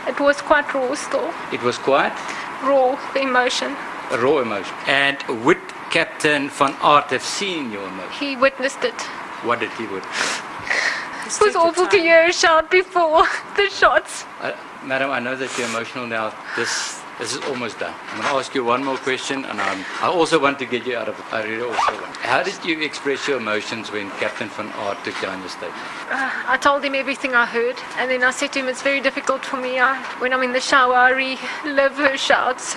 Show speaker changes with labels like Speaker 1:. Speaker 1: It was quite raw still,
Speaker 2: It was quite
Speaker 1: raw, the emotion.
Speaker 2: a raw emotion. And would Captain Van Art have seen your emotion?
Speaker 1: He witnessed it.
Speaker 2: What did he would?
Speaker 1: It was awful to hear a shout before the shots.
Speaker 2: Uh, Madam, I know that you're emotional now. This, this is almost done. I'm going to ask you one more question, and I'm, I also want to get you out of it. I really also want. How did you express your emotions when Captain Van Art took down your statement?
Speaker 1: Uh, I told him everything I heard, and then I said to him, It's very difficult for me. I, when I'm in the shower, I relive her shouts.